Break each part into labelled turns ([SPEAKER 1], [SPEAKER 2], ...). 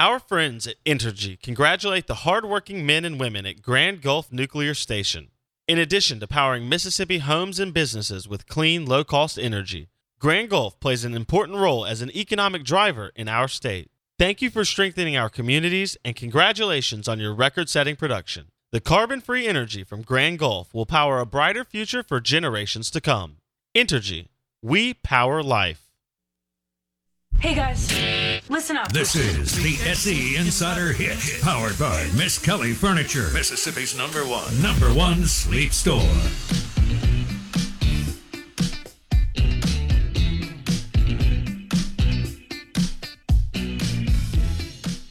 [SPEAKER 1] Our friends at Entergy congratulate the hardworking men and women at Grand Gulf Nuclear Station. In addition to powering Mississippi homes and businesses with clean, low cost energy, Grand Gulf plays an important role as an economic driver in our state. Thank you for strengthening our communities and congratulations on your record setting production. The carbon free energy from Grand Gulf will power a brighter future for generations to come. Entergy, we power life.
[SPEAKER 2] Hey guys, listen up.
[SPEAKER 3] This is the SE Insider Hit, powered by Miss Kelly Furniture,
[SPEAKER 4] Mississippi's number one.
[SPEAKER 3] number one sleep store.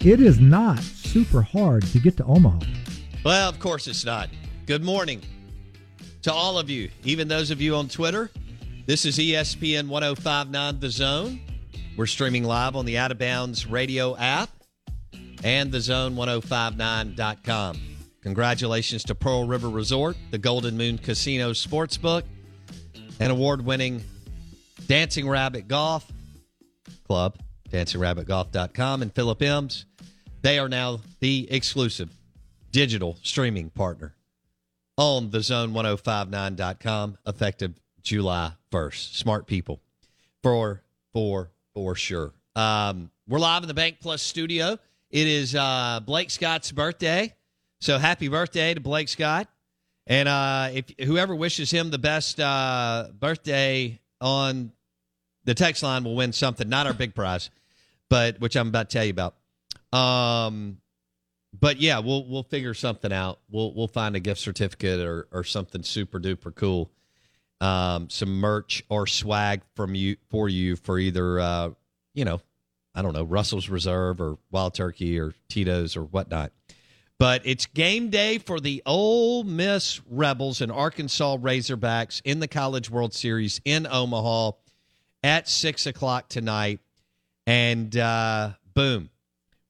[SPEAKER 5] It is not super hard to get to Omaha.
[SPEAKER 6] Well, of course it's not. Good morning to all of you, even those of you on Twitter. This is E ESPN 1059 The Zone. We're streaming live on the Out of Bounds radio app and thezone1059.com. Congratulations to Pearl River Resort, the Golden Moon Casino Sportsbook, and award winning Dancing Rabbit Golf Club, dancingrabbitgolf.com, and Philip M's. They are now the exclusive digital streaming partner on the zone1059.com effective July 1st. Smart people for for for sure. Um, we're live in the Bank Plus studio. It is uh, Blake Scott's birthday. So happy birthday to Blake Scott. And uh, if whoever wishes him the best uh, birthday on the text line will win something, not our big prize, but which I'm about to tell you about. Um, but yeah, we'll we'll figure something out. We'll we'll find a gift certificate or or something super duper cool. Um, some merch or swag from you for you for either uh, you know, I don't know, Russell's Reserve or Wild Turkey or Tito's or whatnot. But it's game day for the Ole Miss Rebels and Arkansas Razorbacks in the College World Series in Omaha at six o'clock tonight. And uh, boom,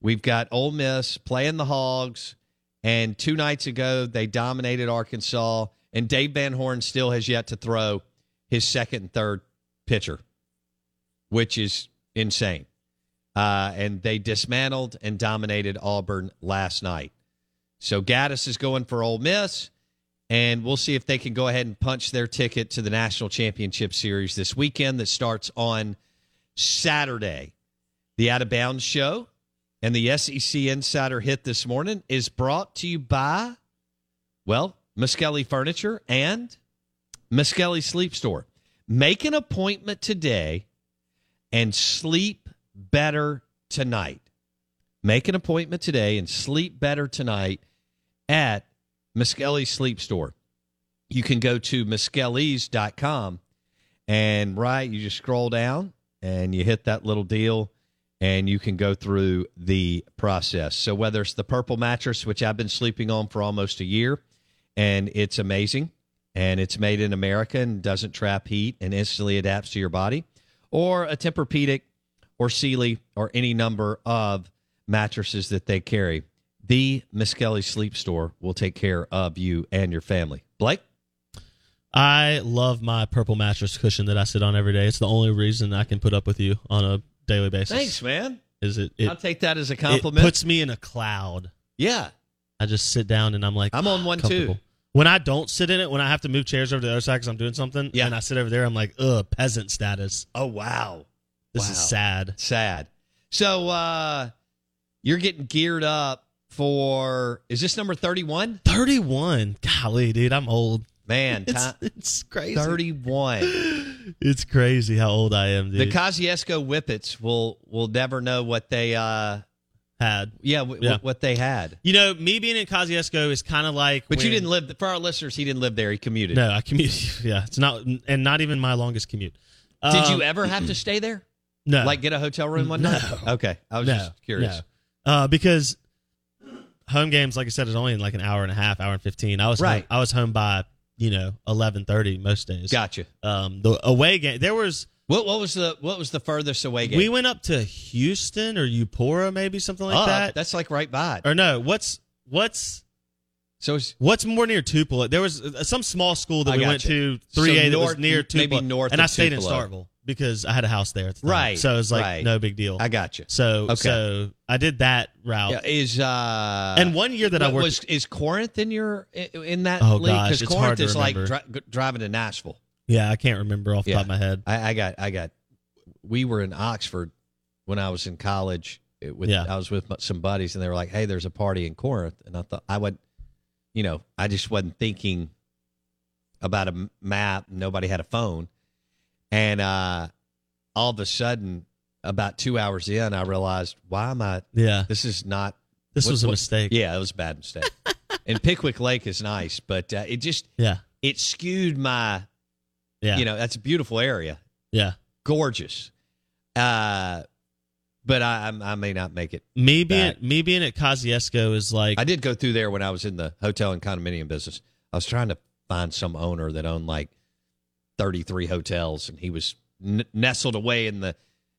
[SPEAKER 6] We've got Ole Miss playing the Hogs, and two nights ago they dominated Arkansas. And Dave Van Horn still has yet to throw his second and third pitcher, which is insane. Uh, and they dismantled and dominated Auburn last night. So Gaddis is going for Ole Miss, and we'll see if they can go ahead and punch their ticket to the national championship series this weekend that starts on Saturday. The Out of Bounds Show and the SEC Insider Hit this morning is brought to you by, well, Muskelly Furniture and Muskelly Sleep Store. Make an appointment today and sleep better tonight. Make an appointment today and sleep better tonight at Muskelly Sleep Store. You can go to muskellys.com and right, you just scroll down and you hit that little deal and you can go through the process. So whether it's the purple mattress, which I've been sleeping on for almost a year, and it's amazing, and it's made in America and doesn't trap heat and instantly adapts to your body, or a Tempur-Pedic or Sealy or any number of mattresses that they carry. The Miss Kelly Sleep Store will take care of you and your family. Blake?
[SPEAKER 1] I love my purple mattress cushion that I sit on every day. It's the only reason I can put up with you on a daily basis.
[SPEAKER 6] Thanks, man.
[SPEAKER 1] Is it? it
[SPEAKER 6] I'll take that as a
[SPEAKER 1] it
[SPEAKER 6] compliment.
[SPEAKER 1] puts me in a cloud.
[SPEAKER 6] yeah.
[SPEAKER 1] I just sit down and I'm like,
[SPEAKER 6] I'm on one, too.
[SPEAKER 1] comfortable. When I don't sit in it, when I have to move chairs over to the other side because I'm doing something,
[SPEAKER 6] Yeah.
[SPEAKER 1] and I sit over there, I'm like, ugh, peasant status.
[SPEAKER 6] Oh wow.
[SPEAKER 1] This
[SPEAKER 6] Wow.
[SPEAKER 1] is sad.
[SPEAKER 6] Sad. So uh you're getting geared up for is this number 31?
[SPEAKER 1] 31. Golly, dude, I'm old.
[SPEAKER 6] Man,
[SPEAKER 1] It's,
[SPEAKER 6] ti-
[SPEAKER 1] it's crazy.
[SPEAKER 6] 31.
[SPEAKER 1] It's crazy how old I am, dude.
[SPEAKER 6] the Kosciuszko Whippets will will never know what they uh
[SPEAKER 1] had.
[SPEAKER 6] yeah, w-
[SPEAKER 1] Yeah.
[SPEAKER 6] what they had.
[SPEAKER 1] You know, me being in Kosciuszko is kind of like.
[SPEAKER 6] But you
[SPEAKER 1] when-
[SPEAKER 6] didn't live for our listeners, he didn't live there, he commuted.
[SPEAKER 1] No, I commute. Yeah, it's not, and not even my longest commute.
[SPEAKER 6] Did
[SPEAKER 1] Um,
[SPEAKER 6] you ever have to stay there?
[SPEAKER 1] no,
[SPEAKER 6] Like get a hotel room one
[SPEAKER 1] No.
[SPEAKER 6] night? Okay. I was just curious.
[SPEAKER 1] no. Uh, because home games, like I said, is only in like an hour and a half, hour and fifteen. I was
[SPEAKER 6] Right.
[SPEAKER 1] Home, I was home by you know eleven thirty most days.
[SPEAKER 6] Gotcha.
[SPEAKER 1] Um, the away game there was.
[SPEAKER 6] What what was the what was the furthest away game?
[SPEAKER 1] We went up to Houston or Eupora, maybe something like
[SPEAKER 6] Up,
[SPEAKER 1] that.
[SPEAKER 6] Oh, That's like right by. It.
[SPEAKER 1] Or no, what's what's
[SPEAKER 6] So it's
[SPEAKER 1] what's more near Tupelo? There was uh, some small school that
[SPEAKER 6] I
[SPEAKER 1] we
[SPEAKER 6] got
[SPEAKER 1] went
[SPEAKER 6] you.
[SPEAKER 1] to three A
[SPEAKER 6] So
[SPEAKER 1] that
[SPEAKER 6] north-
[SPEAKER 1] was near
[SPEAKER 6] maybe
[SPEAKER 1] Tupelo,
[SPEAKER 6] north
[SPEAKER 1] and
[SPEAKER 6] of
[SPEAKER 1] I stayed
[SPEAKER 6] Tupelo.
[SPEAKER 1] in Starkville because I had a house there, at the time.
[SPEAKER 6] Right,
[SPEAKER 1] So it was like
[SPEAKER 6] right.
[SPEAKER 1] no big deal.
[SPEAKER 6] I got you.
[SPEAKER 1] so
[SPEAKER 6] Okay.
[SPEAKER 1] so I did that route.
[SPEAKER 6] Yeah, is uh
[SPEAKER 1] and one year that I
[SPEAKER 6] what
[SPEAKER 1] worked
[SPEAKER 6] was is Corinth in your i- in that
[SPEAKER 1] Oh,
[SPEAKER 6] league
[SPEAKER 1] gosh, it's
[SPEAKER 6] Corinth
[SPEAKER 1] hard to
[SPEAKER 6] is like
[SPEAKER 1] remember.
[SPEAKER 6] dri- g- driving to Nashville.
[SPEAKER 1] Yeah, I can't remember off the
[SPEAKER 6] Yeah.
[SPEAKER 1] top of my head.
[SPEAKER 6] I, I got I got we were in Oxford when I was in college it- with
[SPEAKER 1] Yeah.
[SPEAKER 6] I was with some buddies and they were like, "Hey, there's a party in Corinth." And I thought I would you know, I just wasn't thinking about a m- map. Nobody had a phone. And uh all of a sudden about 2 hours in, I realized, "Why am I
[SPEAKER 1] Yeah,
[SPEAKER 6] this is not
[SPEAKER 1] this
[SPEAKER 6] What-
[SPEAKER 1] was a
[SPEAKER 6] what-
[SPEAKER 1] mistake.
[SPEAKER 6] Yeah, it was a bad mistake. and Pickwick Lake is nice, but uh, it just
[SPEAKER 1] yeah,
[SPEAKER 6] it skewed my.
[SPEAKER 1] yeah,
[SPEAKER 6] You know, that's a beautiful area,
[SPEAKER 1] yeah.
[SPEAKER 6] gorgeous. Uh, but I I'm- I may not make it.
[SPEAKER 1] Me being
[SPEAKER 6] Back.
[SPEAKER 1] me being at Kosciuszko is like
[SPEAKER 6] I did go through there when I was in the hotel and condominium business. I was trying to find some owner that owned like 33 hotels, and he was n- nestled away in the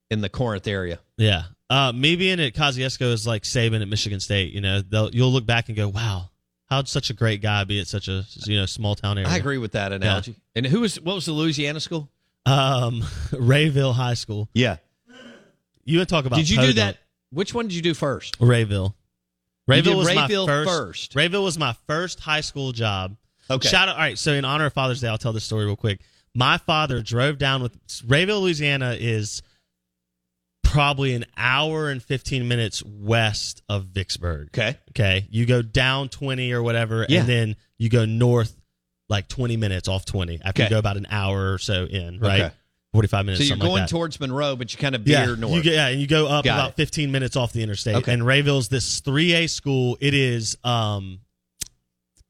[SPEAKER 6] in the Corinth area.
[SPEAKER 1] yeah. Uh, me being at Kosciuszko is like Saban at Michigan State. You know, They'll, you'll look back and go, "Wow, how'd such a great guy be at such a you know small town area?"
[SPEAKER 6] I agree with that analogy. And who was what was the Louisiana school?
[SPEAKER 1] Um, Rayville High School.
[SPEAKER 6] Yeah.
[SPEAKER 1] You want to talk about?
[SPEAKER 6] Did you do
[SPEAKER 1] podunk.
[SPEAKER 6] that? Which one did you do first?
[SPEAKER 1] Rayville.
[SPEAKER 6] You did
[SPEAKER 1] Rayville was
[SPEAKER 6] Rayville
[SPEAKER 1] my first,
[SPEAKER 6] first.
[SPEAKER 1] Rayville was my first high school job.
[SPEAKER 6] Okay.
[SPEAKER 1] Shout out. All right. So in honor of Father's Day, I'll tell this story real quick. My father drove down with Rayville, Louisiana is probably an hour and 15 minutes west of Vicksburg.
[SPEAKER 6] Okay.
[SPEAKER 1] Okay. You go down 20 or whatever,
[SPEAKER 6] Yeah.
[SPEAKER 1] and then you go north like 20 minutes off 20 after
[SPEAKER 6] Okay.
[SPEAKER 1] you go about an hour or so in, right?
[SPEAKER 6] Okay.
[SPEAKER 1] 45 minutes.
[SPEAKER 6] So you're
[SPEAKER 1] something
[SPEAKER 6] going
[SPEAKER 1] like that.
[SPEAKER 6] towards Monroe, but you kind of
[SPEAKER 1] Yeah,
[SPEAKER 6] veer north.
[SPEAKER 1] You get, yeah, and you go up
[SPEAKER 6] Got
[SPEAKER 1] about
[SPEAKER 6] it.
[SPEAKER 1] 15 minutes off the interstate.
[SPEAKER 6] Okay.
[SPEAKER 1] And Rayville's this 3A school. It is um,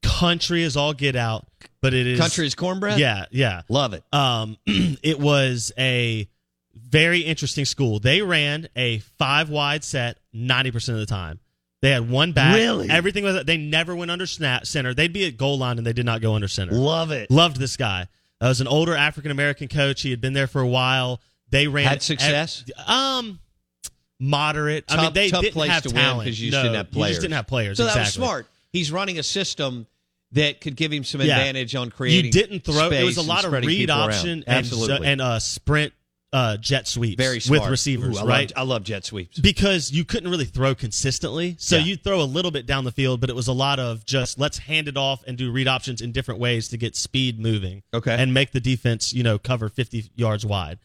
[SPEAKER 1] country is all get out, but it is
[SPEAKER 6] Country is cornbread.
[SPEAKER 1] Yeah, yeah.
[SPEAKER 6] love it.
[SPEAKER 1] Um, it was a very interesting school. They ran a five wide set 90% of the time. They had one back.
[SPEAKER 6] Really?
[SPEAKER 1] Everything was they never went under snap center. They'd be at goal line and they did not go under center.
[SPEAKER 6] Love it.
[SPEAKER 1] Loved this guy. I was an older African American coach. He had been there for a while. They ran
[SPEAKER 6] Had success?
[SPEAKER 1] ev- um, moderate. I
[SPEAKER 6] Tough-
[SPEAKER 1] mean, they
[SPEAKER 6] tough
[SPEAKER 1] didn't
[SPEAKER 6] place
[SPEAKER 1] have
[SPEAKER 6] to win
[SPEAKER 1] talent
[SPEAKER 6] 'cause you just
[SPEAKER 1] no,
[SPEAKER 6] didn't have
[SPEAKER 1] You
[SPEAKER 6] players.
[SPEAKER 1] just didn't have players.
[SPEAKER 6] So
[SPEAKER 1] exactly.
[SPEAKER 6] that was smart. He's running a system that could give him some
[SPEAKER 1] Yeah.
[SPEAKER 6] advantage on creating.
[SPEAKER 1] You didn't throw. It
[SPEAKER 6] space
[SPEAKER 1] was a
[SPEAKER 6] and
[SPEAKER 1] lot of
[SPEAKER 6] spreading
[SPEAKER 1] read
[SPEAKER 6] people around.
[SPEAKER 1] option and zo-
[SPEAKER 6] Absolutely.
[SPEAKER 1] and uh, sprint uh, jet sweeps
[SPEAKER 6] very smart
[SPEAKER 1] with receivers,
[SPEAKER 6] Ooh, I
[SPEAKER 1] right?
[SPEAKER 6] Love, I love jet sweeps.
[SPEAKER 1] because you couldn't really throw consistently. So
[SPEAKER 6] Yeah.
[SPEAKER 1] you'd throw a little bit down the field, but it was a lot of just let's hand it off and do read options in different ways to get speed moving.
[SPEAKER 6] Okay.
[SPEAKER 1] And make the defense, you know, cover 50 yards wide.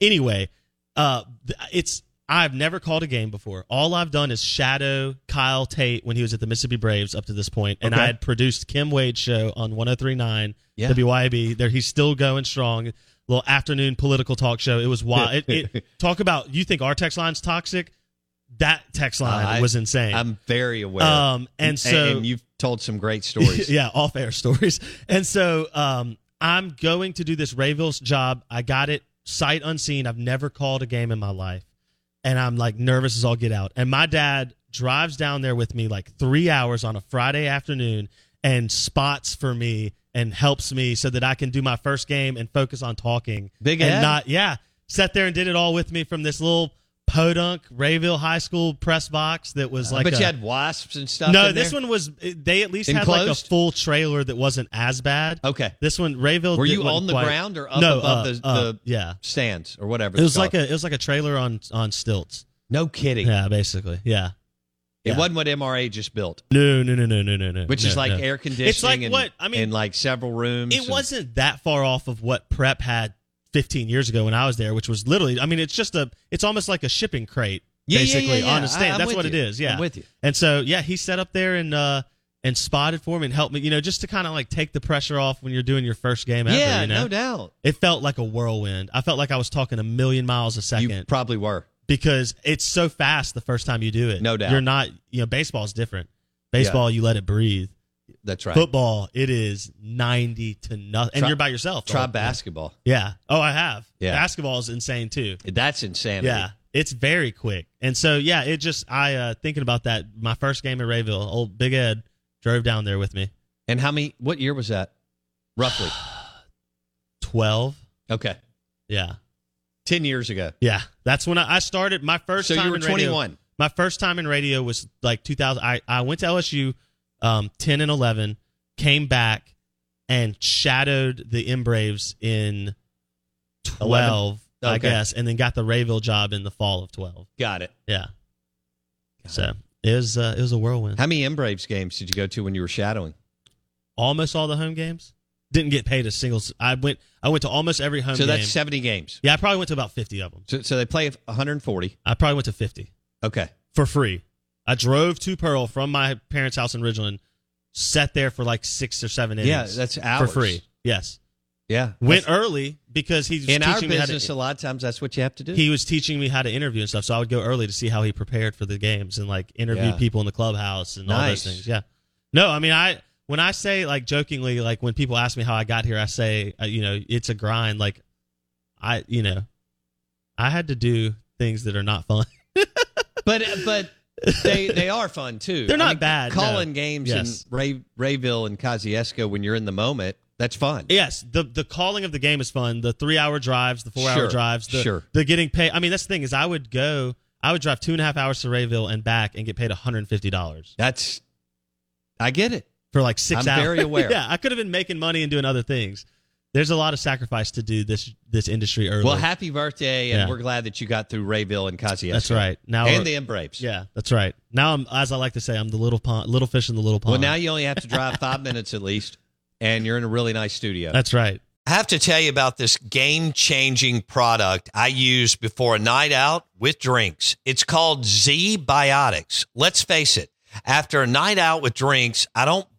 [SPEAKER 1] Anyway, uh th- it's I've never called a game before. All I've done is shadow Kyle Tate when he was at the Mississippi Braves up to this point, and
[SPEAKER 6] Okay.
[SPEAKER 1] I had produced Kim Wade's show on 1039
[SPEAKER 6] Yeah.
[SPEAKER 1] WYAB. There he's still going strong. Little afternoon political talk show. It was wild. it, it, talk about you think our text line's toxic? That text line
[SPEAKER 6] I-
[SPEAKER 1] was insane.
[SPEAKER 6] I'm very aware.
[SPEAKER 1] Um, and so-
[SPEAKER 6] and you've told some great stories.
[SPEAKER 1] yeah, off air stories. And so um, I'm going to do this Rayville's job. I got it sight unseen. I've never called a game in my life. And I'm like nervous as all get out. And my dad drives down there with me like three hours on a Friday afternoon and spots for me and helps me so that I can do my first game and focus on talking.
[SPEAKER 6] Big
[SPEAKER 1] and
[SPEAKER 6] Ed?
[SPEAKER 1] not yeah. Sat there and did it all with me from this little podunk Rayville High School press box that was like
[SPEAKER 6] but
[SPEAKER 1] a-
[SPEAKER 6] you had wasps and stuff.
[SPEAKER 1] no,
[SPEAKER 6] in
[SPEAKER 1] this
[SPEAKER 6] there?
[SPEAKER 1] one was they at least had like a
[SPEAKER 6] Enclosed?
[SPEAKER 1] full trailer that wasn't as bad.
[SPEAKER 6] Okay.
[SPEAKER 1] This one, Rayville.
[SPEAKER 6] Were
[SPEAKER 1] did-
[SPEAKER 6] you
[SPEAKER 1] wasn't
[SPEAKER 6] on the
[SPEAKER 1] quite-
[SPEAKER 6] ground or up
[SPEAKER 1] no,
[SPEAKER 6] above
[SPEAKER 1] uh,
[SPEAKER 6] the,
[SPEAKER 1] uh,
[SPEAKER 6] the
[SPEAKER 1] yeah?
[SPEAKER 6] stands or whatever?
[SPEAKER 1] It was like a it was like a trailer on on stilts.
[SPEAKER 6] no kidding.
[SPEAKER 1] Yeah, basically. Yeah.
[SPEAKER 6] It
[SPEAKER 1] yeah.
[SPEAKER 6] wasn't what MRA just built.
[SPEAKER 1] No, no, no, no, no, no, no.
[SPEAKER 6] which
[SPEAKER 1] no,
[SPEAKER 6] is like
[SPEAKER 1] no.
[SPEAKER 6] air conditioning.
[SPEAKER 1] It's like
[SPEAKER 6] and,
[SPEAKER 1] what I mean.
[SPEAKER 6] and like several rooms.
[SPEAKER 1] it
[SPEAKER 6] and-
[SPEAKER 1] wasn't that far off of what prep had 15 years ago when I was there, which was literally. I mean, it's just a. It's almost like a shipping crate
[SPEAKER 6] Yeah, yeah,
[SPEAKER 1] basically
[SPEAKER 6] yeah, yeah.
[SPEAKER 1] on the stand.
[SPEAKER 6] I- I'm
[SPEAKER 1] That's
[SPEAKER 6] with
[SPEAKER 1] what
[SPEAKER 6] you.
[SPEAKER 1] it is. Yeah,
[SPEAKER 6] I'm with you.
[SPEAKER 1] And so yeah, he sat up there and uh and spotted for me and helped me. You know, just to kind of like take the pressure off when you're doing your first game ever.
[SPEAKER 6] yeah,
[SPEAKER 1] you know?
[SPEAKER 6] no doubt.
[SPEAKER 1] It felt like a whirlwind. I felt like I was talking a million miles a second
[SPEAKER 6] You probably were.
[SPEAKER 1] because it's so fast the first time you do it.
[SPEAKER 6] No doubt.
[SPEAKER 1] You're not, you know, baseball's different. Baseball, you let it breathe.
[SPEAKER 6] That's right.
[SPEAKER 1] Football, it is 90 to nothing. And
[SPEAKER 6] Try-
[SPEAKER 1] you're by yourself. the
[SPEAKER 6] Try
[SPEAKER 1] whole-
[SPEAKER 6] basketball.
[SPEAKER 1] Yeah. Oh, I have.
[SPEAKER 6] Yeah.
[SPEAKER 1] Basketball is insane too.
[SPEAKER 6] That's insanity.
[SPEAKER 1] Yeah. It's very quick. And so, yeah, it just, I, uh, thinking about that, my first game at Rayville, old Big Ed drove down there with me.
[SPEAKER 6] And how many? What year was that? Roughly.
[SPEAKER 1] 12.
[SPEAKER 6] Okay.
[SPEAKER 1] Yeah.
[SPEAKER 6] Ten years ago.
[SPEAKER 1] Yeah. That's when I, I started my first
[SPEAKER 6] so
[SPEAKER 1] time
[SPEAKER 6] you were
[SPEAKER 1] in radio-
[SPEAKER 6] 21.
[SPEAKER 1] my first time in radio was like 2000 i, I went to lsu um, 10 and 11 came back and shadowed the m braves in 12 i
[SPEAKER 6] Okay.
[SPEAKER 1] guess and then got the rayville job in the fall of 12
[SPEAKER 6] Got it.
[SPEAKER 1] yeah so it was uh, it was a whirlwind
[SPEAKER 6] How many M Braves games did you go to when you were shadowing?
[SPEAKER 1] almost all the home games didn't get paid a single s- i went i went to almost every home
[SPEAKER 6] so
[SPEAKER 1] game
[SPEAKER 6] that's 70 games.
[SPEAKER 1] yeah i probably went to about 50 of them
[SPEAKER 6] So, so they play 140.
[SPEAKER 1] i probably went to 50
[SPEAKER 6] Okay.
[SPEAKER 1] for free. I drove to Pearl from my parents' house in Ridgeland, sat there for like six or seven innings.
[SPEAKER 6] Yeah, that's hours.
[SPEAKER 1] for free. Yes,
[SPEAKER 6] Yeah.
[SPEAKER 1] went
[SPEAKER 6] That's-
[SPEAKER 1] early because he was
[SPEAKER 6] in
[SPEAKER 1] teaching
[SPEAKER 6] our
[SPEAKER 1] me how
[SPEAKER 6] business, a
[SPEAKER 1] to.
[SPEAKER 6] lot of times that's what you have to do.
[SPEAKER 1] He was teaching me how to interview and stuff, so I would go early to see how he prepared for the games and like interviewed
[SPEAKER 6] Yeah.
[SPEAKER 1] people in the clubhouse and all those
[SPEAKER 6] Nice.
[SPEAKER 1] things. Yeah, no, I mean I when I say like jokingly like when people ask me how I got here, I say uh, you know it's a grind. Like I you know I had to do things that are not fun.
[SPEAKER 6] but uh, but they they are fun too.
[SPEAKER 1] They're not bad, no.
[SPEAKER 6] Calling games
[SPEAKER 1] Yes.
[SPEAKER 6] in Ray, Rayville and Kosciuszko when you're in the moment, that's fun.
[SPEAKER 1] Yes, the the calling of the game is fun. The three hour drives, the four hour
[SPEAKER 6] Sure,
[SPEAKER 1] drives, the
[SPEAKER 6] sure.
[SPEAKER 1] the getting paid. I mean, that's the thing is, I would go, I would drive two and a half hours to Rayville and back and get paid one hundred and fifty dollars
[SPEAKER 6] That's I get it.
[SPEAKER 1] for like 6
[SPEAKER 6] I'm
[SPEAKER 1] hours.
[SPEAKER 6] very aware.
[SPEAKER 1] yeah, I could have been making money and doing other things. There's a lot of sacrifice to do this this industry early.
[SPEAKER 6] Well, happy birthday, and
[SPEAKER 1] Yeah.
[SPEAKER 6] we're glad that you got through Rayville and Kosciuszko.
[SPEAKER 1] that's right. Now,
[SPEAKER 6] and
[SPEAKER 1] we're-
[SPEAKER 6] the M Braves.
[SPEAKER 1] yeah, that's right. Now I'm, as I like to say, I'm the little pond, little fish in the little pond.
[SPEAKER 6] Well, now you only have to drive five minutes at least, and you're in a really nice studio.
[SPEAKER 1] that's right.
[SPEAKER 4] I have to tell you about this game changing product I use before a night out with drinks. It's called Z Biotics. Let's face it, after a night out with drinks, I don't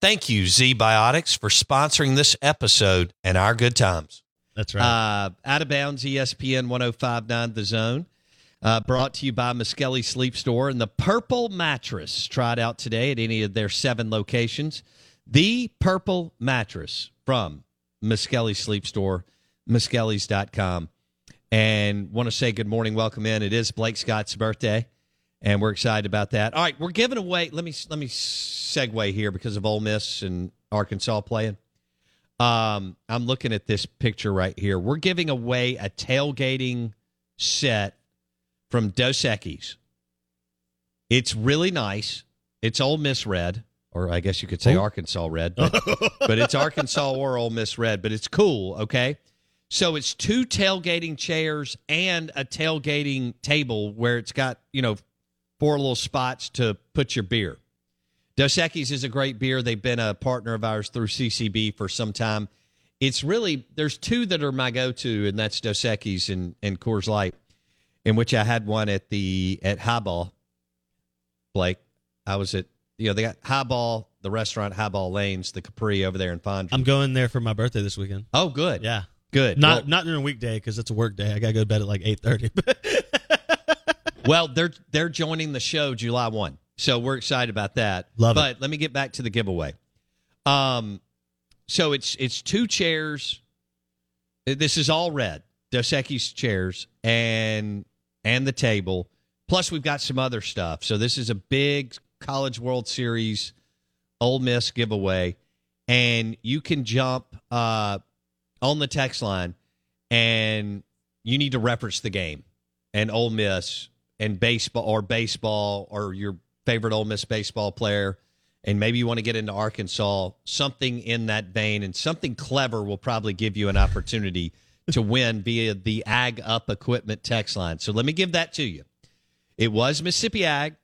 [SPEAKER 4] Thank you, ZBiotics, for sponsoring this episode and our good times.
[SPEAKER 1] That's right.
[SPEAKER 6] Uh, out of bounds, ESPN 1059 The Zone. Uh, brought to you by Muskelly Sleep Store and the Purple Mattress. Try it out today at any of their seven locations. The Purple Mattress from Muskelly Sleep Store, muskellys.com. And want to say good morning, welcome in. It is Blake Scott's birthday, and we're excited about that. All right, we're giving away. Let me let me segue here because of Ole Miss and Arkansas playing. Um, I'm looking at this picture right here. We're giving away a tailgating set from Dos Equis. It's really nice. It's Ole Miss Red, or I guess you could say Arkansas Red, but, but it's Arkansas or Ole Miss Red, but it's cool, okay? So it's two tailgating chairs and a tailgating table where it's got, you know, four little spots to put your beer. Dos Equis is a great beer. They've been a partner of ours through CCB for some time. It's really there's two that are my go-to, and that's Dos Equis and and Coors Light, in which I had one at the at Highball. Blake, I was at you know they got Highball, the restaurant Highball Lanes, the Capri over there in Fond.
[SPEAKER 1] I'm going there for my birthday this weekend.
[SPEAKER 6] oh, good,
[SPEAKER 1] Yeah.
[SPEAKER 6] good.
[SPEAKER 1] Not
[SPEAKER 6] well,
[SPEAKER 1] not during a weekday because it's a work day. I gotta go to bed at like eight thirty.
[SPEAKER 6] well, they're they're joining the show July one. So we're excited about that.
[SPEAKER 7] Love it.
[SPEAKER 6] but let me get back to the giveaway. Um, so it's it's two chairs. This is all red. Dos Equis chairs and and the table. Plus we've got some other stuff. So this is a big College World Series Ole Miss giveaway, and you can jump uh, on the text line, and you need to reference the game and Ole Miss and baseball or baseball or your favorite Ole Miss baseball player, and maybe you want to get into Arkansas, something in that vein, and something clever will probably give you an opportunity to win via the Ag Up Equipment text line. So let me give that to you. It was Mississippi Ag.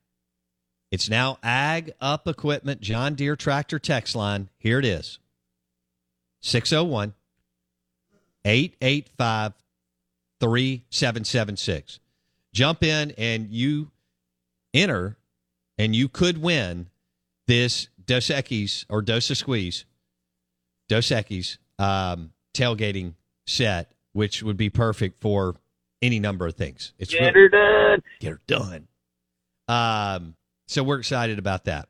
[SPEAKER 6] It's now Ag Up Equipment John Deere Tractor text line. Here it is 601 885 3776. Jump in and you enter, and you could win this Dos Equis or Dosa Squeeze, Dos Equis um, tailgating set, which would be perfect for any number of things. It's really-
[SPEAKER 8] done.
[SPEAKER 6] get her done. Um, so we're excited about that.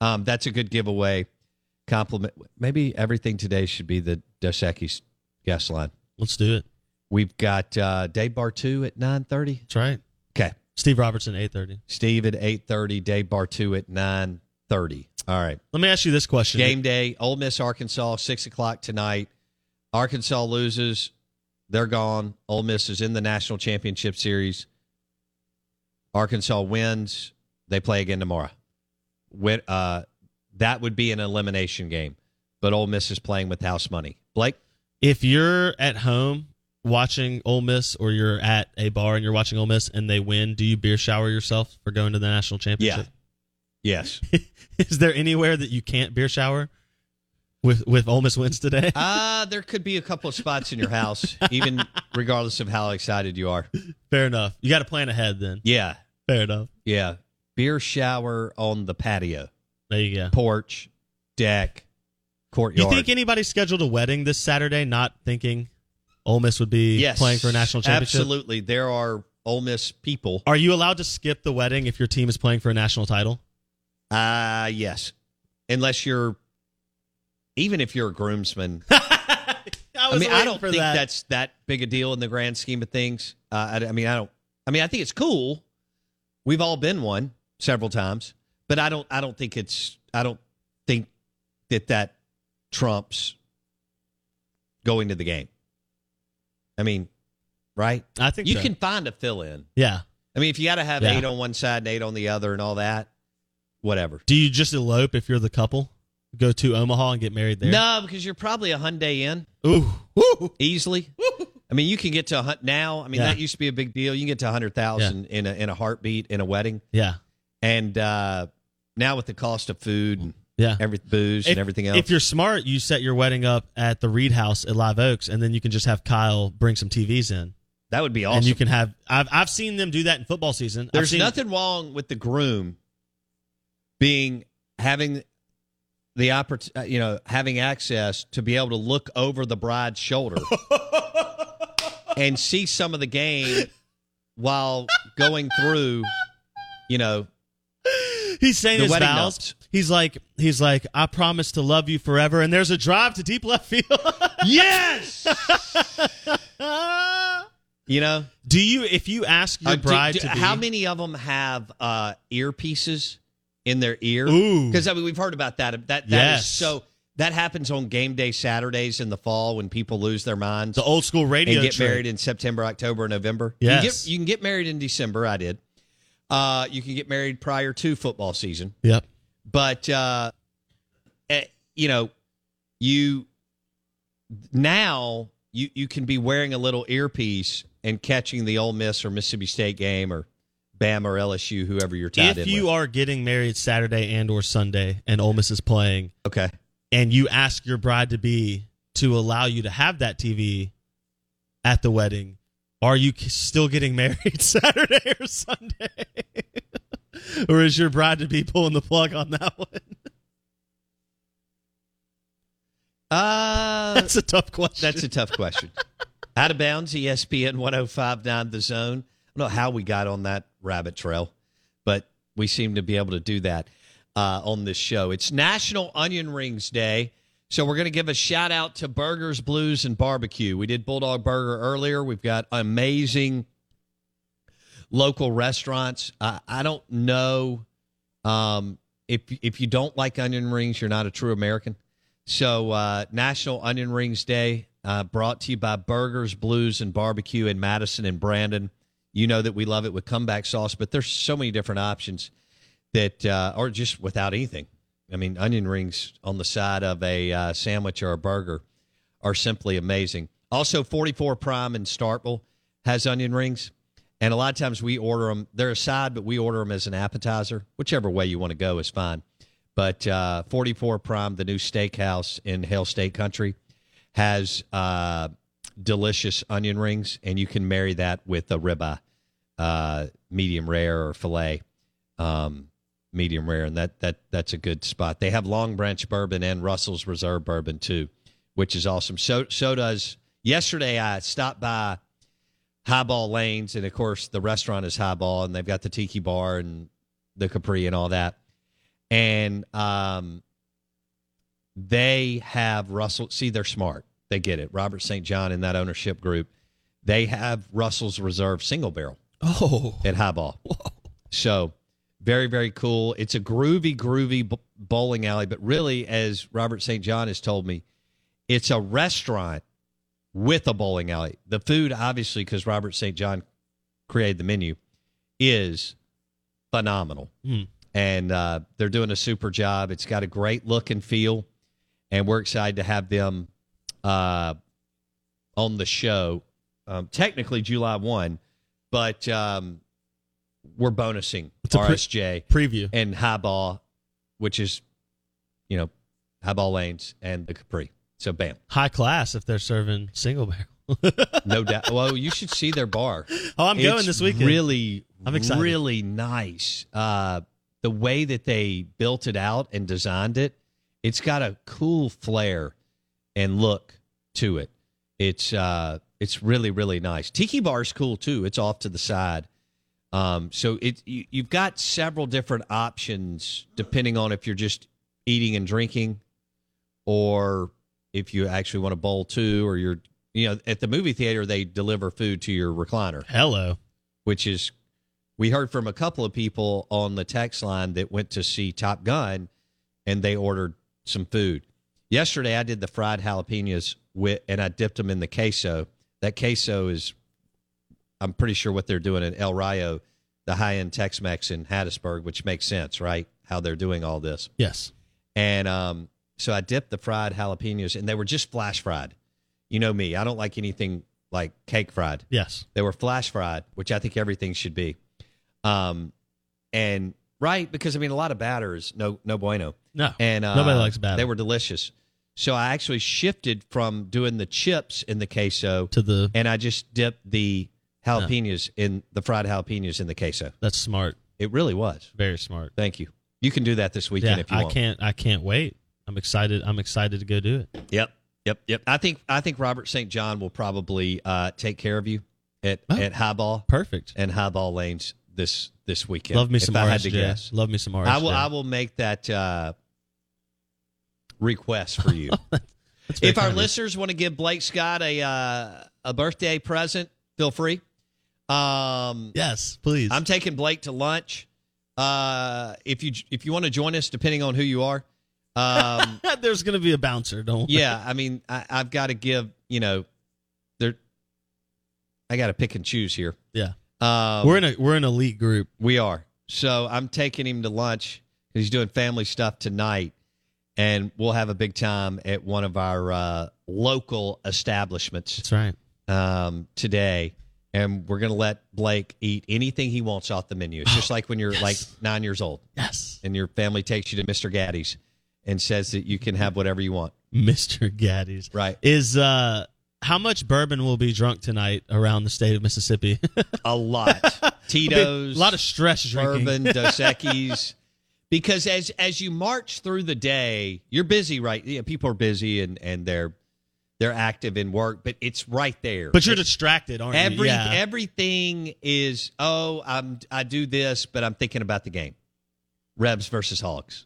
[SPEAKER 6] Um, that's a good giveaway. Compliment. Maybe everything today should be the Dos Equis guest line.
[SPEAKER 1] Let's do it.
[SPEAKER 6] We've got uh, Dave Bartu at nine thirty.
[SPEAKER 1] That's right.
[SPEAKER 6] Okay,
[SPEAKER 1] Steve Robertson, 830.
[SPEAKER 6] Steve at eight thirty. Dave Bartu at nine thirty. All right.
[SPEAKER 1] Let me ask you this question.
[SPEAKER 6] Game day. Ole Miss, Arkansas, six o'clock tonight. Arkansas loses, they're gone. Ole Miss is in the national championship series. Arkansas wins, they play again tomorrow. When, uh, that would be an elimination game, but Ole Miss is playing with house money. Blake,
[SPEAKER 1] If you're at home watching Ole Miss or you're at a bar and you're watching Ole Miss and they win, do you beer shower yourself for going to the national championship?
[SPEAKER 6] yes.
[SPEAKER 1] Is there anywhere that you can't beer shower with with Ole Miss wins today?
[SPEAKER 6] Uh, there could be a couple of spots in your house, even regardless of how excited you are.
[SPEAKER 1] Fair enough. You got to plan ahead then.
[SPEAKER 6] Yeah,
[SPEAKER 1] Fair enough.
[SPEAKER 6] yeah. Beer shower on the patio,
[SPEAKER 1] There you go.
[SPEAKER 6] porch, deck,
[SPEAKER 1] You
[SPEAKER 6] courtyard.
[SPEAKER 1] think anybody scheduled a wedding this Saturday not thinking Ole Miss would be
[SPEAKER 6] yes,
[SPEAKER 1] playing for a national championship?
[SPEAKER 6] Absolutely, there are Ole Miss people.
[SPEAKER 1] Are you allowed to skip the wedding if your team is playing for a national title?
[SPEAKER 6] Uh yes, unless you're, even if you're a groomsman.
[SPEAKER 1] I,
[SPEAKER 6] I mean, I don't think that's that big a deal in the grand scheme of things. Uh, I, I mean, I don't. I mean, I think it's cool. We've all been one several times, but I don't. I don't think it's. I don't think that that trumps going to the game. I mean, right?
[SPEAKER 1] I think
[SPEAKER 6] you
[SPEAKER 1] so.
[SPEAKER 6] can find a fill in.
[SPEAKER 1] Yeah.
[SPEAKER 6] I mean, if you got to have
[SPEAKER 1] Yeah.
[SPEAKER 6] eight on one side and eight on the other and all that, whatever.
[SPEAKER 1] Do you just elope if you're the couple? Go to Omaha and get married there?
[SPEAKER 6] No, because you're probably a Hyundai in.
[SPEAKER 1] Ooh. Woo.
[SPEAKER 6] easily. I mean, you can get to a hun- now. I mean,
[SPEAKER 1] Yeah.
[SPEAKER 6] that used to be a big deal. You can get to a hundred thousand in a in a heartbeat in a wedding,
[SPEAKER 1] Yeah.
[SPEAKER 6] and uh, now with the cost of food and
[SPEAKER 1] Yeah.
[SPEAKER 6] every booze
[SPEAKER 1] If-
[SPEAKER 6] and everything else,
[SPEAKER 1] If you're smart, you set your wedding up at the Reed House at Live Oaks, and then you can just have Kyle bring some TVs in,
[SPEAKER 6] that would be
[SPEAKER 1] and
[SPEAKER 6] awesome.
[SPEAKER 1] you can have. I've I've seen them do that in football season. I've
[SPEAKER 6] There's
[SPEAKER 1] seen-
[SPEAKER 6] nothing wrong with the groom being having the opportunity, you know, having access to be able to look over the bride's shoulder and see some of the game while going through, you know,
[SPEAKER 1] He's saying
[SPEAKER 6] The
[SPEAKER 1] his
[SPEAKER 6] wedding
[SPEAKER 1] vows.
[SPEAKER 6] notes.
[SPEAKER 1] He's like he's like I promise to love you forever, and there's a drive to deep left field.
[SPEAKER 6] yes. You know,
[SPEAKER 1] do you if you ask your
[SPEAKER 6] Uh, do-
[SPEAKER 1] bride
[SPEAKER 6] do-
[SPEAKER 1] to be,
[SPEAKER 6] how many of them have uh, earpieces in their ear?
[SPEAKER 1] Ooh.
[SPEAKER 6] Because I mean, we've heard about that. That that is
[SPEAKER 1] Yes.
[SPEAKER 6] so that happens on game day Saturdays in the fall when people lose their minds
[SPEAKER 1] the old school
[SPEAKER 6] and
[SPEAKER 1] radio
[SPEAKER 6] get
[SPEAKER 1] trick.
[SPEAKER 6] married in September, October, and November. you can
[SPEAKER 1] Yes.
[SPEAKER 6] get, you can get married in December. I did. Uh, you can get married prior to football season,
[SPEAKER 1] Yep.
[SPEAKER 6] but uh, eh, you know, you now you you can be wearing a little earpiece and catching the Ole Miss or Mississippi State game or Bama or LSU, whoever you're tied
[SPEAKER 1] If
[SPEAKER 6] in
[SPEAKER 1] you
[SPEAKER 6] with.
[SPEAKER 1] are getting married Saturday and or Sunday, and Ole Miss is playing,
[SPEAKER 6] okay,
[SPEAKER 1] and you ask your bride to be to allow you to have that TV at the wedding, are you k- still getting married Saturday or Sunday? or is your bride to be pulling the plug on that one?
[SPEAKER 6] uh,
[SPEAKER 1] That's a tough question.
[SPEAKER 6] that's a tough question. Out of bounds, E oh ESPN 105.9 The Zone. I don't know how we got on that rabbit trail, but we seem to be able to do that uh, on this show. It's National Onion Rings Day. So we're going to give a shout out to Burgers, Blues, and Barbecue. We did Bulldog Burger earlier. We've got amazing local restaurants. I, I don't know um, if if you don't like onion rings, you're not a true American. So uh, National Onion Rings Day, uh, brought to you by Burgers, Blues, and Barbecue in Madison and Brandon. You know that we love it with comeback sauce, but there's so many different options that uh, or just without anything. I mean, onion rings on the side of a uh, sandwich or a burger are simply amazing. Also, 44 Prime in Starkville has onion rings. And a lot of times we order them, they're a side, but we order them as an appetizer. Whichever way you want to go is fine. But uh, 44 Prime, the new steakhouse in Hale State Country, has uh, delicious onion rings, and you can marry that with a ribeye, uh, medium rare or filet, um, medium rare, and that that that's a good spot. They have Long Branch bourbon and Russell's Reserve bourbon too, which is awesome. So so does yesterday. I stopped by highball lanes and of course the restaurant is highball and they've got the tiki bar and the capri and all that and um they have russell see they're smart they get it robert st john in that ownership group they have russell's reserve single barrel
[SPEAKER 1] Oh,
[SPEAKER 6] at highball so very very cool it's a groovy groovy b- bowling alley but really as robert st john has told me it's a restaurant with a bowling alley. The food, obviously, because Robert St. John created the menu, is phenomenal.
[SPEAKER 1] Hmm.
[SPEAKER 6] And uh, they're doing a super job. It's got a great look and feel. And we're excited to have them uh, on the show. Um, technically, July 1, but um, we're bonusing
[SPEAKER 1] It's a pre-
[SPEAKER 6] RSJ
[SPEAKER 1] preview.
[SPEAKER 6] and Highball, which is, you know, Highball Lanes and the Capri. So, bam.
[SPEAKER 1] High class if they're serving single barrel.
[SPEAKER 6] No doubt. Well, you should see their bar.
[SPEAKER 1] oh, I'm going
[SPEAKER 6] It's
[SPEAKER 1] this weekend.
[SPEAKER 6] Really,
[SPEAKER 1] I'm excited.
[SPEAKER 6] Really nice. Uh, the way that they built it out and designed it, it's got a cool flair and look to it. It's uh, it's really really nice. Tiki bar's cool too. It's off to the side. Um, so it you, you've got several different options depending on if you're just eating and drinking, or if you actually want to bowl too, or you're you know at the movie theater they deliver food to your recliner
[SPEAKER 1] Hello.
[SPEAKER 6] which is we heard from a couple of people on the text line that went to see Top Gun and they ordered some food. Yesterday I did the fried jalapenos with and I dipped them in the queso. That queso is I'm pretty sure what they're doing at El Rio, the high-end Tex-Mex in Hattiesburg, which makes sense, right? How they're doing all this.
[SPEAKER 1] Yes.
[SPEAKER 6] And um, so I dipped the fried jalapenos, and they were just flash fried. You know me, I don't like anything like cake fried.
[SPEAKER 1] Yes.
[SPEAKER 6] They were flash fried, which I think everything should be. Um, and right because I mean a lot of batters, no, no bueno.
[SPEAKER 1] No.
[SPEAKER 6] And uh,
[SPEAKER 1] Nobody likes batter.
[SPEAKER 6] They were delicious. So I actually shifted from doing the chips in the queso,
[SPEAKER 1] to the.
[SPEAKER 6] and I just dipped the jalapenos in the fried jalapenos in the queso.
[SPEAKER 1] That's smart.
[SPEAKER 6] It really was.
[SPEAKER 1] Very smart.
[SPEAKER 6] Thank you. You can do that this weekend
[SPEAKER 1] yeah,
[SPEAKER 6] if you
[SPEAKER 1] I
[SPEAKER 6] want.
[SPEAKER 1] can't. I can't wait. I'm excited. I'm excited to go do it.
[SPEAKER 6] Yep. Yep. Yep. I think I think Robert St. John will probably uh, take care of you at
[SPEAKER 1] Oh.
[SPEAKER 6] at highball
[SPEAKER 1] Perfect.
[SPEAKER 6] and highball lanes this this weekend.
[SPEAKER 1] Love me some
[SPEAKER 6] if I
[SPEAKER 1] RSJ.
[SPEAKER 6] had to guess.
[SPEAKER 1] Love me some RSJ.
[SPEAKER 6] I will I will make that uh, request for you.
[SPEAKER 1] That's very
[SPEAKER 6] if our
[SPEAKER 1] kind of you.
[SPEAKER 6] listeners want to give Blake Scott a uh, a birthday present, feel free. Um,
[SPEAKER 1] Yes, please.
[SPEAKER 6] I'm taking Blake to lunch. Uh, if you if you want to join us, depending on who you are, um,
[SPEAKER 1] There's going to be a bouncer. Don't. worry.
[SPEAKER 6] yeah, I mean, I, I've got to give you know, there. I got to pick and choose here.
[SPEAKER 1] Yeah.
[SPEAKER 6] Um,
[SPEAKER 1] we're in a we're in a league group.
[SPEAKER 6] we are. So I'm taking him to lunch. 'cause He's doing family stuff tonight, and we'll have a big time at one of our uh, local establishments
[SPEAKER 1] That's right.
[SPEAKER 6] um, today. And we're gonna let Blake eat anything he wants off the menu. It's just like when you're like nine years old
[SPEAKER 1] Yes,
[SPEAKER 6] and your family takes you to Mr. Gaddy's and says that you can have whatever you want.
[SPEAKER 1] Mr. Gaddy's
[SPEAKER 6] Right.
[SPEAKER 1] is uh how much bourbon will be drunk tonight around the state of Mississippi?
[SPEAKER 6] A lot. Tito's.
[SPEAKER 1] a lot of stress drinking.
[SPEAKER 6] bourbon, Dos Equis. Because as as you march through the day, you're busy, right? Yeah, people are busy and and they're they're active in work, but it's right there.
[SPEAKER 1] But you're distracted, aren't you?
[SPEAKER 6] every
[SPEAKER 1] Yeah.
[SPEAKER 6] everything is oh, I'm I do this, but I'm thinking about the game. Rebs versus Hogs.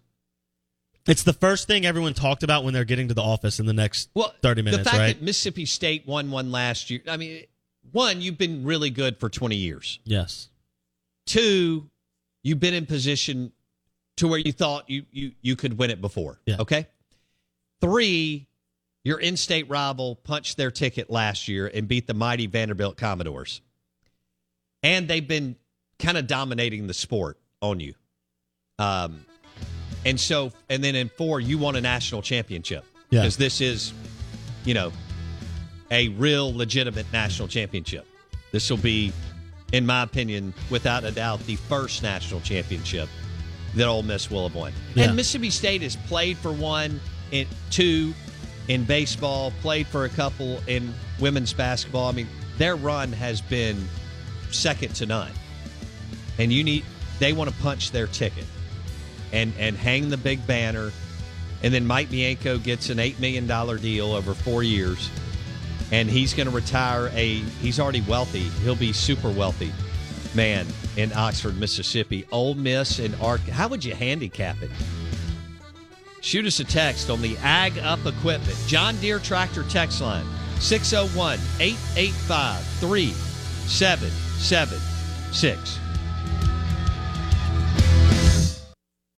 [SPEAKER 1] It's the first thing everyone talked about when they're getting to the office in the next
[SPEAKER 6] Well,
[SPEAKER 1] 30 minutes,
[SPEAKER 6] the fact
[SPEAKER 1] right?
[SPEAKER 6] that Mississippi State won one last year. I mean, one, you've been really good for 20 years.
[SPEAKER 1] yes.
[SPEAKER 6] Two, you've been in position to where you thought you you you could win it before.
[SPEAKER 1] Yeah.
[SPEAKER 6] Okay. Three, your in-state rival punched their ticket last year and beat the mighty Vanderbilt Commodores, and they've been kind of dominating the sport on you. Um, and so, and then in four, you won a national championship
[SPEAKER 1] Yeah.
[SPEAKER 6] because this is, you know, a real legitimate national championship. This will be, in my opinion, without a doubt, the first national championship that Ole Miss will have won.
[SPEAKER 1] Yeah.
[SPEAKER 6] And Mississippi State has played for one, in two in baseball, played for a couple in women's basketball. I mean, their run has been second to none. And you need they want to punch their ticket and and hang the big banner. And then Mike Bianco gets an eight million dollar deal over four years, and he's going to retire. A he's already wealthy. He'll be super wealthy, man, in Oxford, Mississippi. Ole Miss and Ark. How would you handicap it? Shoot us a text on the Ag Up Equipment John Deere Tractor text line 601 885 3776.